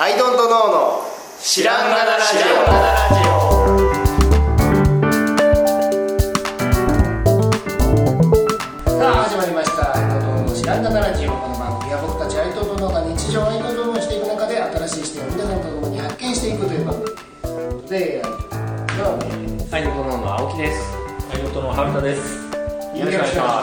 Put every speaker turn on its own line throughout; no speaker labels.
アイドントノーの知らんがなラジ
さあ始まりました「アイドルの知らんがなラジオ」この番組は僕たちアイドルのが日常をアイドルをしていく中で新しい視点を皆さんと共に発見していくという番組で今日はね
アイドルの青木です。アイドルの春田です。よろしくお願いしま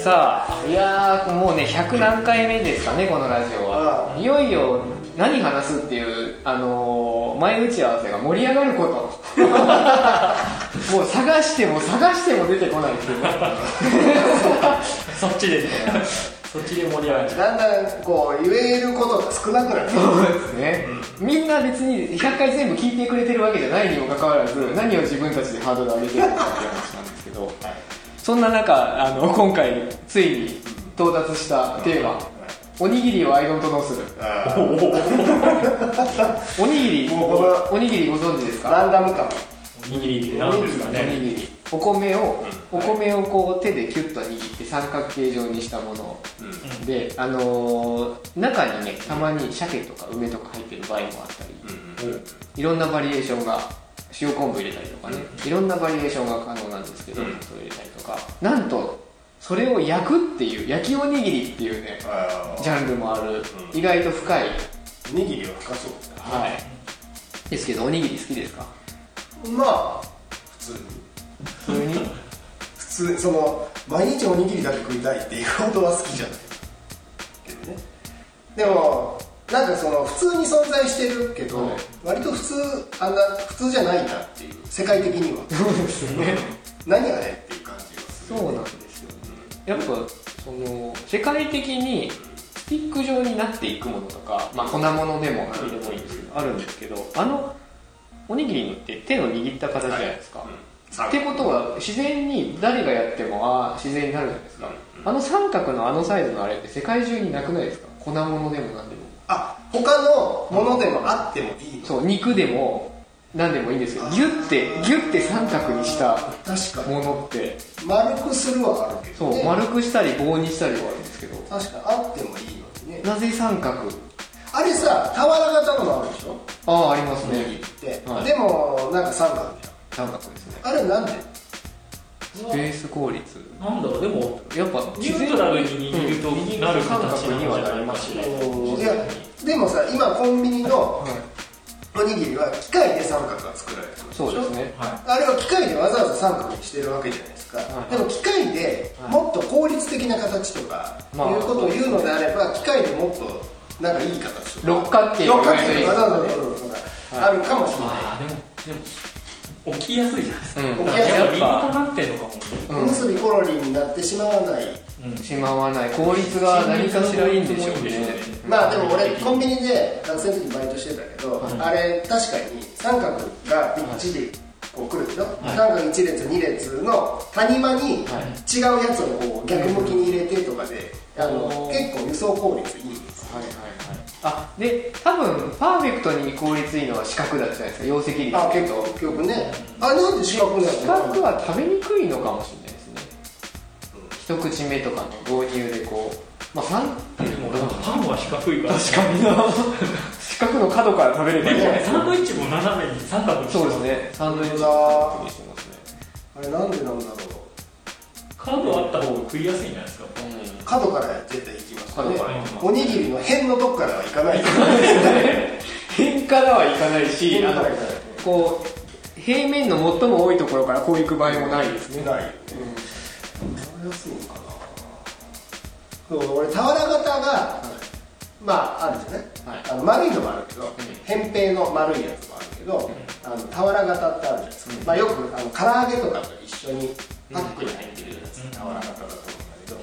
す。さあ、いやー、もうね、100何回目ですかね、このラジオは。いよいよ、何話すっていう、あのー前打ち合わせが盛り上がること。もう探しても探しても出てこないっていう。
そっちでね。そっちで盛り上がっちゃ
だんだんこう言えることが少なくなって
そうですね、みんな別に100回全部聞いてくれてるわけじゃないにもかかわらず何を自分たちでハードル上げてるのかっていう話なんですけど、そんな中あの今回ついに到達したテーマ、おにぎりをアイドントノーする
あ
う。お
お
お。
にぎり
もうこの
おにぎりご存知です
ー
か
ランダム感
おにぎりって何ですか
お
ね。
にぎりお米を、お米をこう手でキュッと握って三角形状にしたもの、で、あのー中にねたまに鮭とか梅とか入ってる場合もあったり、いろんなバリエーションが塩昆布入れたりとかね、いろんなバリエーションが可能なんですけど、納豆入れたりとかなんとそれを焼くっていう焼きおにぎりっていうねジャンルもある、意外と深い、
おにぎりは深そ
はい、ですけどおにぎり好きですか
うまあ普通に
普通に
普通にその毎日おにぎりだけ食いたいっていうことは好きじゃないけどねでもなんかその普通に存在してるけど、
はい
割と普通あんな普通じゃないなっていう世界的には
そうですね
何あれっていう感じがす
そうなんですよ、ね、やっぱその世界的にスティック状になっていくものとか、まあ、粉物でも何でもいいんですけどあるんですけどあのおにぎりのって手を握った形じゃないですか、
る
ってことは自然に誰がやってもああ自然になるじゃないですか、あの三角のあのサイズのあれって世界中になくないですか粉物でも何でも
あ他のものでもあってもいいの
そう肉でも何でもいいんですけどギュッてギュッて三角にした
確かに
ものって
丸くするはあるけど、
そ
ね、
う丸くしたり棒にしたりはあるんですけど
確かにあってもいいのにね
なぜ三角
あれさ俵型のもあるでしょ
あああります
お
ね
にぎりって、
はい
でもなんか三角じ
三角ですね
ゃんあれなんで
スペース効率
なんだろう、でも、
やっぱ
ニュートラルに握るとなる形なんじゃないかしら。
いやでもさ今コンビニのおにぎりは機械で三角が作られてる
そうですね
は
あれは機械でわざわざ三角にしてるわけじゃないですか、
は
で
い
も機械でもっと効率的な形とかいう
まあ
ことを言うのであれば機械でもっとなんかいい形とか
六角形
六角形でわざわざ作るのがあるかもしれない、
ああ、でも、でも、起きやすいじゃないですか。
うん
起きやすい
やっぱ、理にかなってんのかも。
うん
おむすびコロリになってしまわない、
しまわない効率が何かしらいいんでしょうね
まあでも俺コンビニで学生の時バイトしてたけど、あれ確かに三角がびっちりこう来るでしょ、三角一列二列の谷間に違うやつをこう逆向きに入れてとかで、あの
おー
結構輸送効率いいんです
はいはいはいあで多分パーフェクトに効率いいのは四角だったじゃないですか容積率
あ結構結局ねあなんで四角になっ
四
て
角
るの
は食べにくいのかもしれないですね一口目とかの導入でこうまあ三
でも、俺はパンは四角いから。
確かにな四角の角から食べればいいじゃないです
サン
か
ドイッチも斜めに三角にして
そう
ま
ですすねサンドイッチ
本当だ
にしてますね
あれなんでなんだろ
角あった方が食いやすいんじゃないですか。
う角から絶対行きます
角
ね
から
行きます
おにぎりの辺のとこからは行かないから
辺からはいかないし
辺
あ
からは
の
行かない
こう平面の最も多いところからこういく場合もないですね
出ないよね、食べやすいのかなそう俺俵型が、まああるじゃない、
はい
あの丸いのもあるけど、扁平の丸いやつもあるけど、あの俵型ってあるじゃないですか、まあ、よくあの唐揚げとかと一緒にパックに入ってるやつ、俵型だと思うんだけど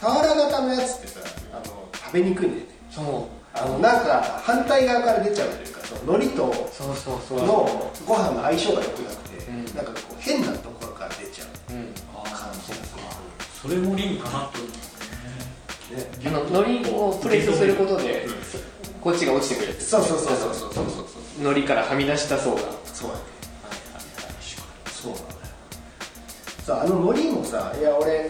俵型のやつってさあの食べにくいんだよね
そ
あのなんか反対側から出ちゃうというかその海苔と
うそうそうそう
のご飯の相性が良くなくて、
うん
なんかこう変なところから出ちゃう
うん
感じがする
それも理にかなってるんだ
ね
あの海苔をプレスすることでこっちが落ちてくる
そうそうそうそうそうそうそう
海苔からはみ出した層が
そうやねそうなんだよさああの海苔もさいや俺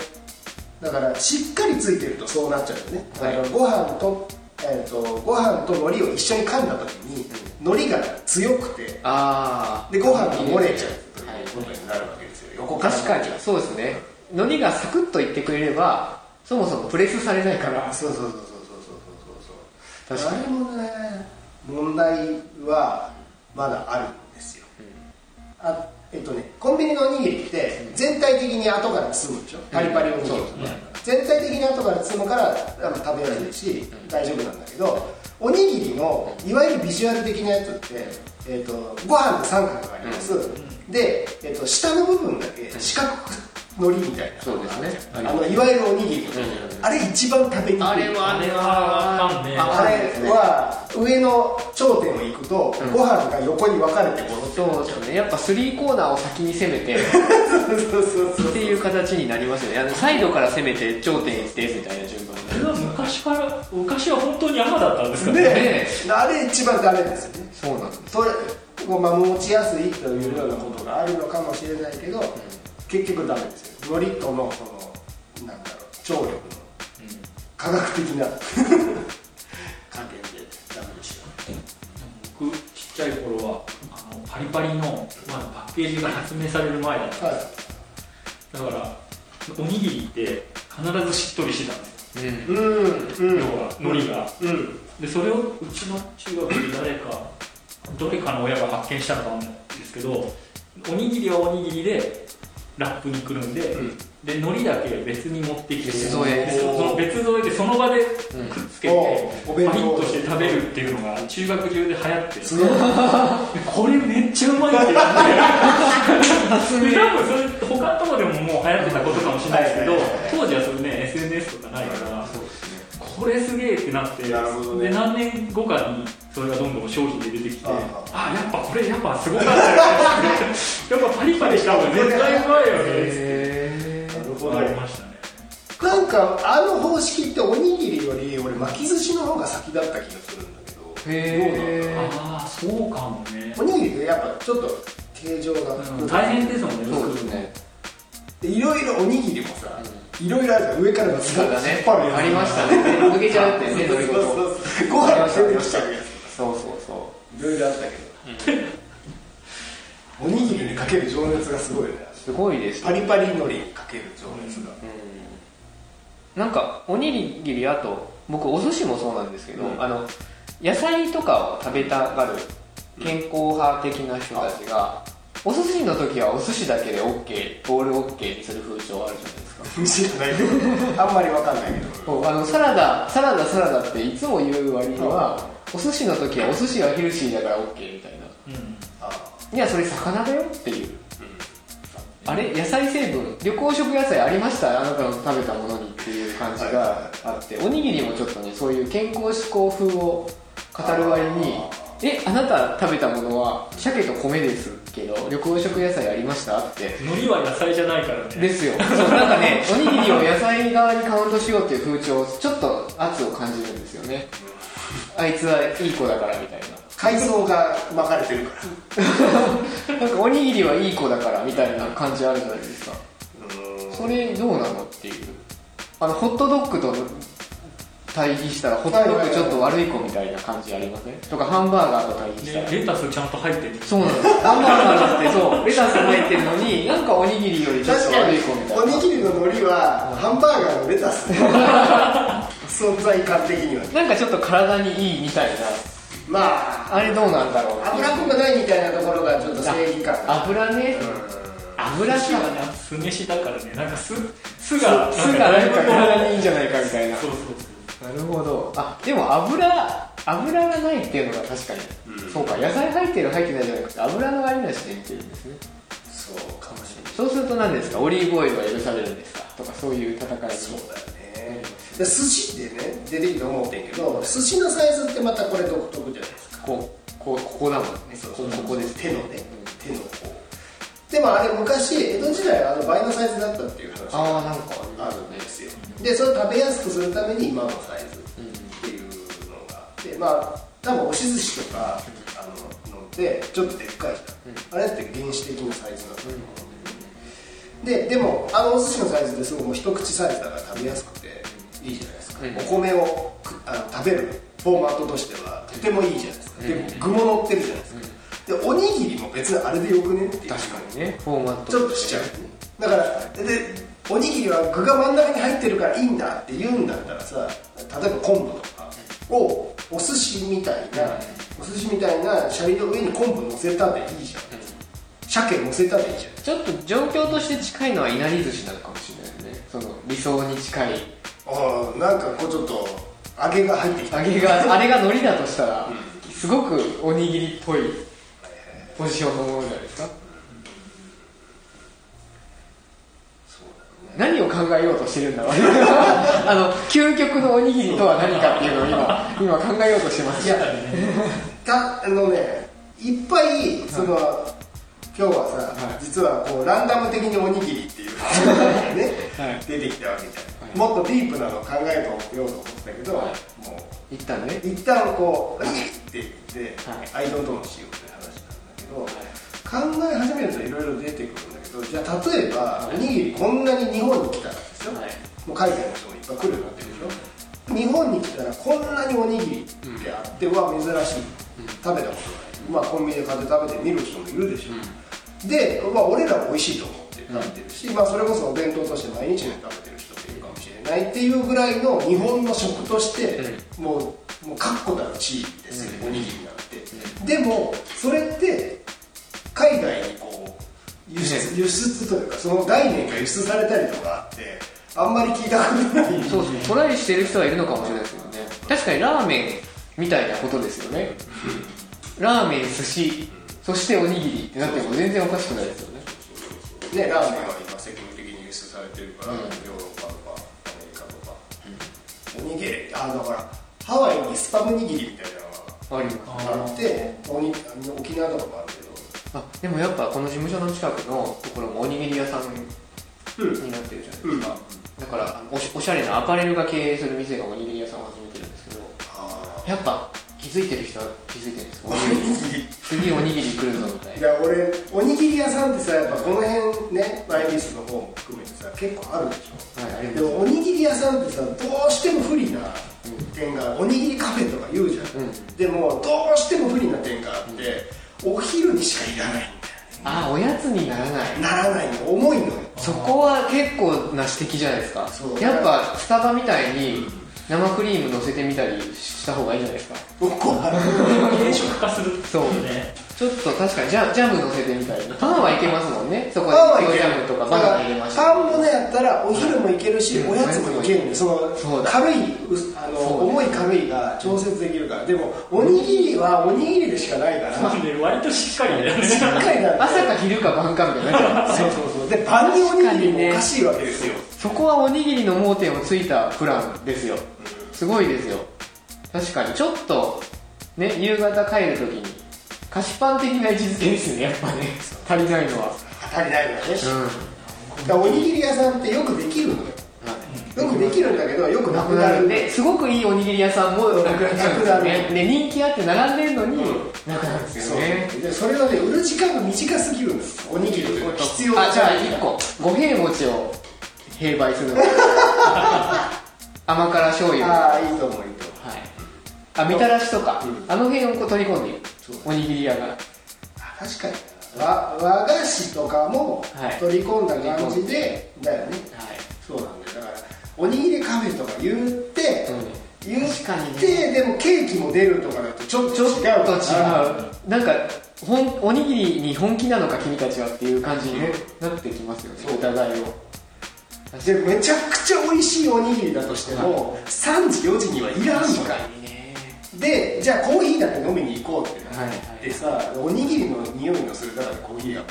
だからしっかりついてるとそうなっちゃうよね、
はい
あのご飯とあえー、とご飯と海苔を一緒に噛んだ時に海苔が強くて
あ
でご飯が漏れちゃうと
はい
いうことになるわけですよ横
あ
から
確かにそうですね海苔がサクッといってくれればそもそもプレスされないから
そうそうそうそうそうそうそう
確
そう
か
あ
に
れもね問題はまだあるんですよ、あえっとねコンビニのおにぎりって全体的に後から包むでしょパリパリおにぎりとか、全体的に後から包むからあの食べやすいし、大丈夫なんだけどおにぎりのいわゆるビジュアル的なやつって、えっとご飯の三角があります、で、えっと下の部分だけ四角くのりみたいな
そうですね
あのいわゆるおにぎり、あれ一番食べにくい
あれは
あれはあかんね
あれは上の頂点を行くと、ご飯が横に分かれて戻って
そうですねやっぱ3コーナーを先に攻めてっていう形になりますよねあのサイドから攻めて頂点行ってみたいな順番
それは昔から昔は本当に山だったんですか
ね
ね
ね
あれ一番ダメですよね
そうなんです
それをまあ持ちやすいというようなことがあるのかもしれないけど、結局ダメですよ海苔とのそのなんだろう張力の科学的な加減でダメでし
僕ちっちゃい頃はあのパリパリの、まだパッケージが発明される前だった
た、はい、
だからおにぎりって必ずしっとりしてたんです
うん
うんうん
要は海苔が
うん
でそれをうちの中学で誰かどれかの親が発見したのかわかんないですけどおにぎりはおにぎりでラップにくるんで、
ん
で海苔だけ別に持ってきて
別添え
でそその別添えでその場でくっつけて、
おお弁
パリッ
当
として食べるっていうのが中学中で流行って
すごい
これめっちゃうまいって言ってで多分それ他のとこでももう流行ってたことかもしれないですけど
はいはいはいはい
当時はそれね SNS とかないからこれすげえってなって
なるほどね
で何年後かにそれがどんどん商品で出てきて
あ
あやっぱこれやっぱすごかったよねやっぱパリパリした方が絶対うまいよね
へ
なるほ
わ
ど
かりましたね
なんかあの方式っておにぎりより俺巻き寿司の方が先だった気がするんだけど
え
ああそうかもね
おにぎりってやっぱちょっと形状が、
うん大変ですもんね
そうですね
でいろいろおにぎりもさ、いろいろあるから上からの
そうだね
引っ張るやつ
ありましたね抜けちゃうってね
そ
乗
う
り
そ
ご
う
と
そうご飯が出てきちゃうや
そうそうそ
ついろいろあったけど、おにぎりにかける情熱がすごいね
うすごいです
パリパリ海苔にかける情熱が、
うんなんかおにぎりあと僕お寿司もそうなんですけど、
うん
あの野菜とかを食べたがる健康派的な人たちが、お寿司の時はお寿司だけで OK ボール OK にする風潮あるじゃないですか
知らないけどあんまりわかんないけど
そうあのサラダサラダサラダっていつも言う割にはお寿司の時はお寿司はヘルシーだから OK みたいな
うん
あ
いやそれ魚だよっていう、あれ野菜成分旅行食野菜ありましたあなたの食べたものにっていう感じがあっておにぎりもちょっとねそういう健康志向風を語る割にえあなた食べたものは鮭と米ですけど旅行食野菜ありましたって
海苔は野菜じゃないから ね
ですよそうなんかねおにぎりを野菜側にカウントしようっていう風潮ちょっと圧を感じるんですよねあいつはいい子だからみたいな
海藻が巻かれてるから
なんかおにぎりはいい子だからみたいな感じあるじゃないですかそれどうなのっていうあのホットドッグと対比したらホットドッグちょっと悪い子みたいな感じありませんとかハンバーガーと対比したら
でレタスちゃんと入ってる
そうなんですハンバーガーだって そうレタス入ってるのになんかおにぎりよりちょっ
確
と
か
悪
に
い子みたい
お
な
にぎりの海苔はハンバーガーのレタス 存在感的には
なんかちょっと体にいいみたい
まあ
なあれどうなんだろう
脂っこくないみたいなところがちょっと正義感が
油ね油か
酢はね酢飯だからねなんか酢酢が
酢
なん
が
か
な
だい
ん
ぶ
か
こう
体にいいんじゃないかみたいな
そうそう
なるほどあでも油油がないっていうのが確かに、そうか野菜入ってる入ってないじゃなくて油の割りなしで見てるんですね
そうかもしれない
そうすると何ですかオリーブオイルは許されるんですかとかそういう戦い
そ
に
うだよねで寿司でね出てきて思ってんけど寿司のサイズってまたこれ独特じゃないですか
こうこうここだもんね
そう
こ
そう
ここです
手のね手のこうでもあれ昔江戸時代あの倍のサイズだったっていう話が
ああなんか
あるんですよでそれを食べやすくするために今のサイズっていうのがあってまあ多分押し寿司とかあののでちょっとでっかいじゃん、あれって原始的なサイズなんだと思うんだよねででもあのお寿司のサイズですごいもう一口サイズだから食べやすくていいじゃないですか、
うん
お米をくあの食べるフォーマットとしてはとてもいいじゃないですか、で具も乗ってるじゃないですか、でおにぎりも別にあれでよくねっていう
確かにねフォーマット
ちょっとしちゃうだからでおにぎりは具が真ん中に入ってるからいいんだって言うんだったらさ例えば昆布とかをお寿司みたいな、お寿司みたいなシャリの上に昆布乗せたでいいじゃん、鮭乗せたでいいじゃん
ちょっと状況として近いのはいなり寿司なのかもしれないよねその理想に近い
ああなんかこうちょっと揚げが入ってきた
揚げがあれが海苔だとしたら、すごくおにぎりっぽいポジションのものじゃないですか何を考えようとしてるんだろう あの究極のおにぎりとは何かっていうのを今今考えようとしてます
いやたあのねいっぱいその、今日はさ、実はこうランダム的におにぎりっていうね、
はい
出てきたわけじゃん、
はい
もっとディープなのを考えておようと思ったけど、
はい
も
一旦ね
う一旦こう「いい!」って言って「
はい
アイドントンしよう」って話なんだけど、考え始めるといろいろ出てくるんだけどじゃあ例えば、おにぎりこんなに日本に来たらですよ、
はい
もう海外の人もいっぱい来るようになってるでしょ日本に来たらこんなにおにぎりってあっては珍しい、食べたことないまあコンビニで買って食べてみる人もいるでしょ、で、まあ、俺らも美味しいと思って食べてるし、まあ、それこそお弁当として毎日ね食べてる人もいるかもしれないっていうぐらいの日本の食として、もうもう確固たる地位ですよ、おにぎりなんて、でもそれって海外にこう輸出輸出というかその概念が輸出されたりとかあってあんまり聞いたことない
そうですねトライしてる人はいるのかもしれないですよね確かにラーメンみたいなことですよねラーメン寿司そしておにぎりってなっても全然おかしくないですよね
ね、ラーメンは今積極的に輸出されてるから、ヨーロッパとかアメリカとか、おにぎりあだからハワイにスパム握りみたいな
あります
のがあっておに沖縄とかもあるけ
あでもやっぱこの事務所の近くのところもおにぎり屋さんになってるじゃないですか、
ど、
だからあのおしおしゃれなアパレルが経営する店がおにぎり屋さんを始めてるんですけど
あ
やっぱ気づいてる人は気づいてるんですよ
おにぎり
次おにぎり来るぞみたい
い
な
や俺おにぎり屋さんってさやっぱこの辺ねマイリストの方も含めてさ結構あるでしょ
はいあり
で
ます
もおにぎり屋さんってさどうしても不利な点がおにぎりカフェとか言うじゃん、
うん
でもどうしても不利な点があって、お昼にしかいらないんだよね
ああおやつにならない
ならないの重いのよ
そこは結構な指摘じゃないですか
そう
やっぱスタバみたいに生クリーム乗せてみたりした方がいいじゃないですか
僕は
軽食化する
そう
ね
ちょっと確かにジャジャム乗せてみたりパンはいけますもんねそこ
パ
に
ンは
黒
い
ジ
け
ャム
る
とかバナナ入れました
パンもねやったらお昼もいけるし、
うん
おやつもいけるんでそ
そ
の
うだ
軽いうすあの
そうだ
重い軽いが調節できるからでもおにぎりはおにぎりでしかないから
なんで割としっかりだよね
しっかりなんだ
朝か昼か晩かみたいな
そうそうそうでパンにおにぎりもおかしいわけですよ、
そこはおにぎりの盲点をついたプランですよすごいですよ確かにちょっとね夕方帰るときに菓子パン的な位置づけですよねやっぱね足りないのは
足りないのよね、
うん
だからおにぎり屋さんってよくできるのよよくできるんだけどよくな
な
く
く
な
な
る
るですごくいいおにぎり屋さんもなくなっちゃうんですよ
な
ね
く
で人気あって並んでるのになくなるんです
そう
よね
でそれがね売る時間が短すぎるんですおにぎりって必要な
あじゃあ1個五平餅を 併売す るの甘辛醤油はい
ああいいと思ういいと思う
あみたらしとか、
うん
あの辺をこう取り込んでいる
そう
おにぎり屋が
あ確かにな和和菓子とかも
はい
取り込んだ感じで、だよね
はい
そうなんだよだからおにぎりカフェとか言って、
うん
言って
確かにね
でもケーキも出るとかだとちょちょっと違う
ちょっと違うなんかほんおにぎりに本気なのか君たちはっていう感じにねなってきますよね
そう
お互いを
でめちゃくちゃ美味しいおにぎりだとしても、3時4時にはいらんのかい
ね
でじゃあコーヒーだけ飲みに行こうってな
はい
ってさ、おにぎりの匂いのするだからコーヒーが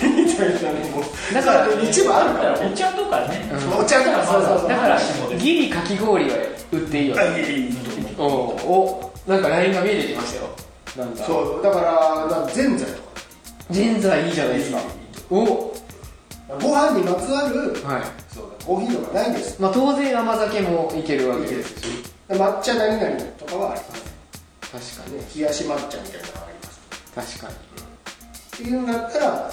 みたいなのも
だから
一部あるからね
お茶とかね
お茶とかそうそうそう
だから
そうです
ギリかき氷は売っていいよねおおなんかラインが見えてきましたよなんか
そうだからなんかぜんざいとか
ジンザいいじゃないですかお
ご飯にまつわる
はい
そうだコーヒーとかないです
まあ当然甘酒もいけるわけですし
抹茶何々とかはあります
確か
ね冷やし抹茶みたいなのがあります
に確かに
っていうんだったらいいかもね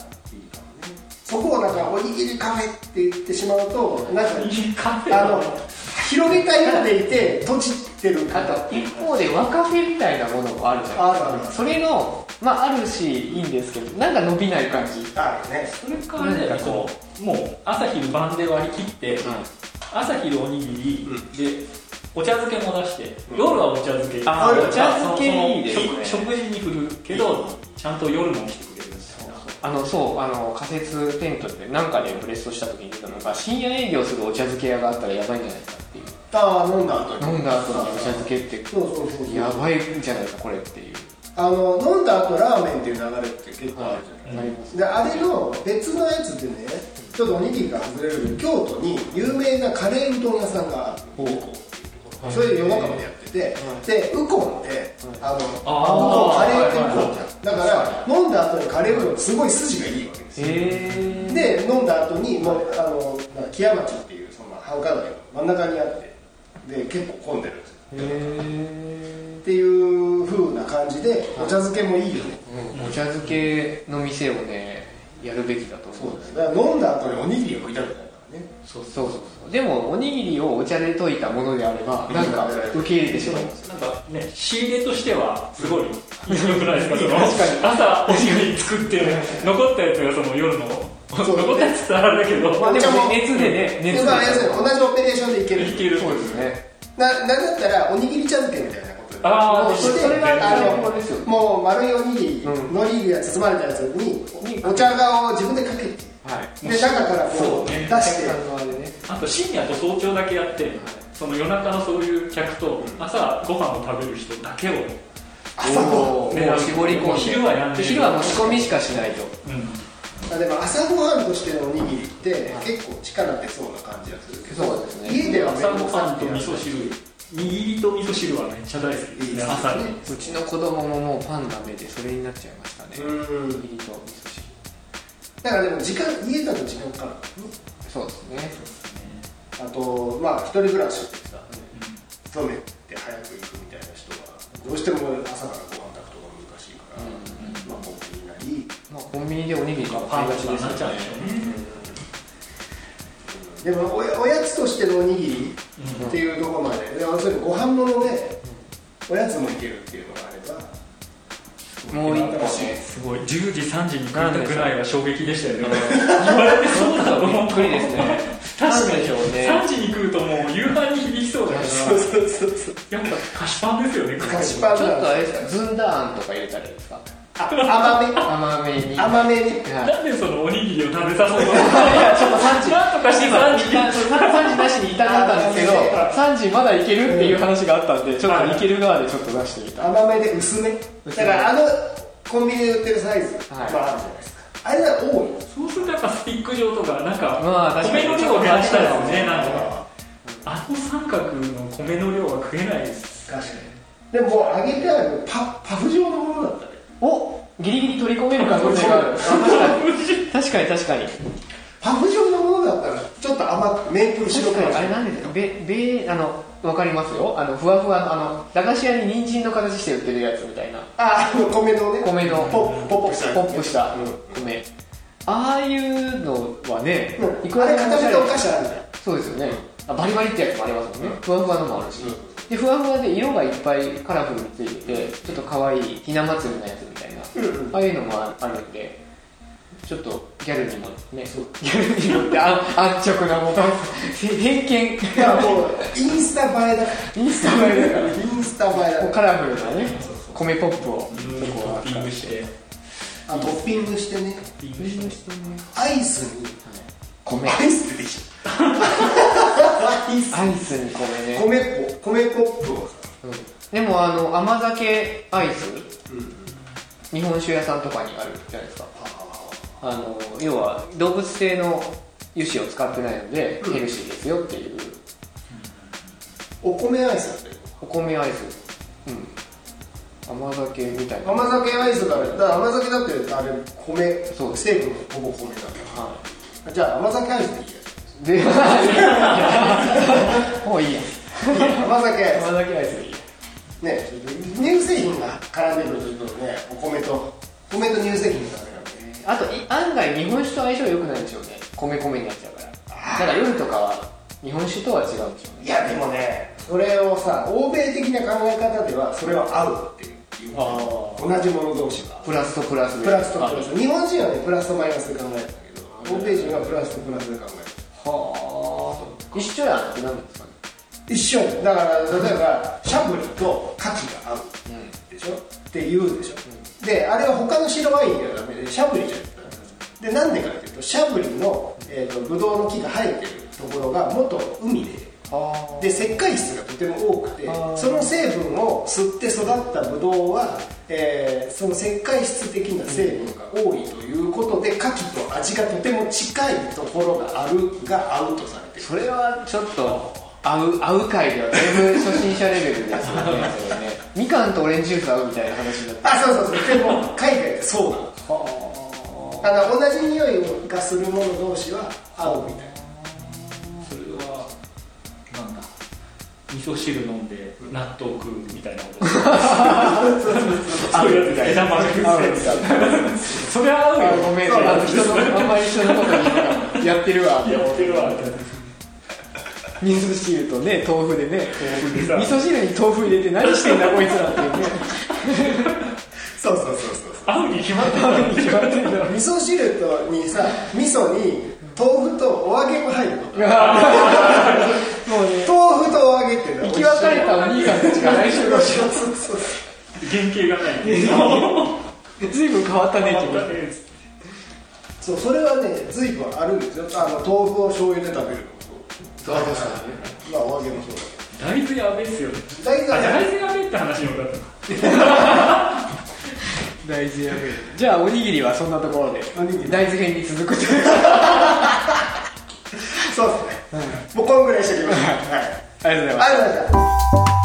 そこをなんかおにぎりカフェって言ってしまうとなんか
いいカフェ
あ
だ
の広げたようでいて閉じてる
あと一方で若フェみたいなものもあるじゃ
あるある
ない
あ
で
る
すかそれのまああるしいいんですけどなんか伸びない感じ、
あるね
それかあれだよねそのもう朝昼晩で割り切って、朝昼おにぎりで、お茶漬けも出して、夜はお茶漬け
あ
ー
その
お
茶漬けいいですね
その食食事に振るけどちゃんと夜も来てくれるみたいな
あのそうあの仮設テントでなんかでプレストした時に出たのが深夜営業するお茶漬け屋があったらやばいんじゃないかっていう
ああ飲んだ後に
飲んだ後にお茶漬けって
そうそうそうそう
やばいんじゃないかこれっていう
あの飲んだ後ラーメンっていう流れって結構あるじゃない、
うん
なります
であれの別のやつでねちょっとおにぎりが外れるけど京都に有名なカレーうどん屋さんがある
ほう
それで夜中までやってて、でウコンってあのウ
あー
コンカレーってウ
はいはい
コンじゃん、だから飲んだ後にカレーうどんすごい筋がいいわけですよ
へえ
で飲んだ後にもうあのなんか木屋町っていうその繁華街の真ん中にあってで結構混んでるんですよっていう風な感じでお茶漬けもいいよね
お茶漬けの店をねやるべきだと
そ
思
う
う
ですだから飲んだ後におにぎりを置いたみたいなからね
そうそうそうでもおにぎりをお茶で溶いたものであればなんか受け入れてしまいます
なんかね仕入れとしてはすごい良くないですかその
確か
朝おにぎり作って残ったやつがその夜の
そう
残ったやつってあれだけど
まあで
お茶
も
も
熱でね熱
だか
で
ら要するに同じオペレーションでいける
いける
そうですね
ななんだったらおにぎり茶漬けみたいなことで
あー
もうして
それが
あ
最高ですよ
のもう丸いおにぎり
うん
のりが包まれたやつに
に
お茶顔を自分でかけて
はい
で中から
そ
こ
う
う出
ね
して
客さん側でね
あと深夜と早朝だけやってその夜中のそういう客と朝ご飯を食べる人だけを
朝
お
ご
お
ね
もう絞り込んで
昼はやんねえ
昼はもう仕込みしかしないと
う
はんでも朝ごはんとしてのおにぎりって結構力出そうな感じがするけど
そうですね
家で
ん
は
朝ご
は
はんと味噌汁握りと味噌汁はめっちゃ大好きですね朝に
うちの子供ももうパンダメでそれになっちゃいましたね
うん
右と味噌汁
だからでも時間家だと時間かかる
そうですね
あとまあ一人暮らしってさ勤めて早く行くみたいな人はどうしても朝からご飯炊くとか難しいから、まあコンビニなり
まあコンビニでおにぎりとか
パ
買い
ンが
がち
ちに
です
なっちゃ
よ
うん
ね
でしょうね
でもおやおやつとしてのおにぎりっていうところまでで要するにご飯ものでおやつもいけるっていうのがあれば
もう一個ね
すごい10時3時に食ったぐらいは衝撃でしたよね言われてそうだと思
びっくりです ね
確か
なんで
に
しょうね
3時に食うともう夕飯に響きそうだよね
そう
そうそうそう
やっぱ菓子パンですよね
菓子パン
ちょっと
だ
あれですかずんだあんとか入れたらいいですか
あ甘め
甘めに
甘めに
はい
なんでそのおにぎりを食べさそうと思った
いやちょっと3時
なんとかして3時に
3時なしにいたかったんですけど3時まだいけるっていう話があったんでちょっといける側でちょっと出してみた
甘めで薄め
薄め
だからあのコンビニで売ってるサイズ、
はい
まああるじゃないですかあれは多い
そうするとやっぱスティック状とかなんか
まあ確かに
米の量が足したいで
ち
す
ょっと足したいですね
ねなんかあの三角の米の量は食えないです
確かにでももう揚げてあるパパフ状のものだったね
おギリギリ取り込める可能性がある確かに確かに
パフ状のものだったらちょっと甘くメープルシロ
確
ップ
かに
の
あれなんですよべべあのわかりますよあのふわふわのあの駄菓子屋に人参の形して売ってるやつみたいな
ああの米のね
米の
ポッポップしたやつ
ポ
ね
ップした
うん
米、ああいうのはね、
うんあれ固めてお菓子あるじゃん
そうですよね、あバリバリってやつもありますもんね、ふわふわのもあるし、でふわふわで色がいっぱいカラフルについててちょっと可愛いひな祭りのやつみたいな、
うん
ああいうのもああるんでちょっとギャルにもねギャルにもってあ安直なもう偏見
いやもうインスタ映えだか
インスタ映えだからら
インスタ映えだ
こ
か
う
ら
カラフルなね米ポップをそこ
ト
は
ッピングして
あトッピングしてね
トッピングして
アイスに
米
アイスでいいじゃんアイス
アイスに米ね
米粉米ポップをさ
でもあの甘酒アイス、日本酒屋さんとかにあるじゃないですかあの要は動物性の油脂を使ってないので、ヘルシーですよっていう
お米アイスだったよ
お米アイス、うん、甘酒みたいな
甘酒アイスだねだから甘酒だってあれ米
そうです
成分ほぼ米だか
は
らじゃあ甘酒アイスでいいや
いで もういいや
甘酒アイ
甘酒アイスでいいや
スね乳製品が絡んでくるとちょっとねお米と米と乳製品が絡んでる
あとい案外日本酒と相性良くないんでしょうね米米になっちゃうからだから夜とかは日本酒とは違うんでしょう
い
ね
やでもねそれをさ欧米的な考え方ではそれは合うっていう
あ
同じもの同士が
プラスとプラスで
プラスと
は
プラス日本人はねプラスとマイナスで考えるんだけど欧米人はプラスとプラスで考える
あ一緒やんってなるんですかね
一緒だから例えばシャブリとカキが合うでしょ、って言うでしょ、であれは他の白ワインではダメでシャブリじゃないでなんでかっていうとシャブリの、えー、とブドウの木が生えてるところが元海で
は
で石灰質がとても多くて
あー
その成分を吸って育ったブドウは、えーその石灰質的な成分が多いということでカキと味がとても近いところがあるがアウトされてる
それはちょっと合う合う回ではだいぶ初心者レベル ですよねそれねみかんとオレンジジュース合うみたいな話になって
あそうそうそうでも海外でそうなのあの同じ匂いがするもの同士は合うみたい
あそれはなんだ味噌汁飲んで納豆食うみたいなことそういうやつ枝豆
な
風船それは合うよ
あごめんねあの人のあんまり人のこと言うからやってるわ
やってるわ
味噌汁とね豆腐でね
でさ
味噌汁に豆腐入れて何してん だこいつらっていうね
そうそうそうそう
合うに決まってる
味噌汁とにさ味噌に豆腐とお揚げも入るの
もうね
豆腐とお揚げっていうのは
生き別れたお兄さんたちが 来週の
そうそうそう
原型が ない変
ずいぶん変わったねって
わったね
そうそれはね随分あるんですよあの豆腐を醤油で食べるのもそう確かにねまあお揚げもそうだ
大豆やべっすよね
けど大
あ
豆はね
大豆やべって話に分かった
大豆やべえじゃあおにぎりはそんなところで
おにぎり
大豆編に続くと
そうですねもうこんぐらいにしておきますはい
ありがとうござ
ありが
います
とうございました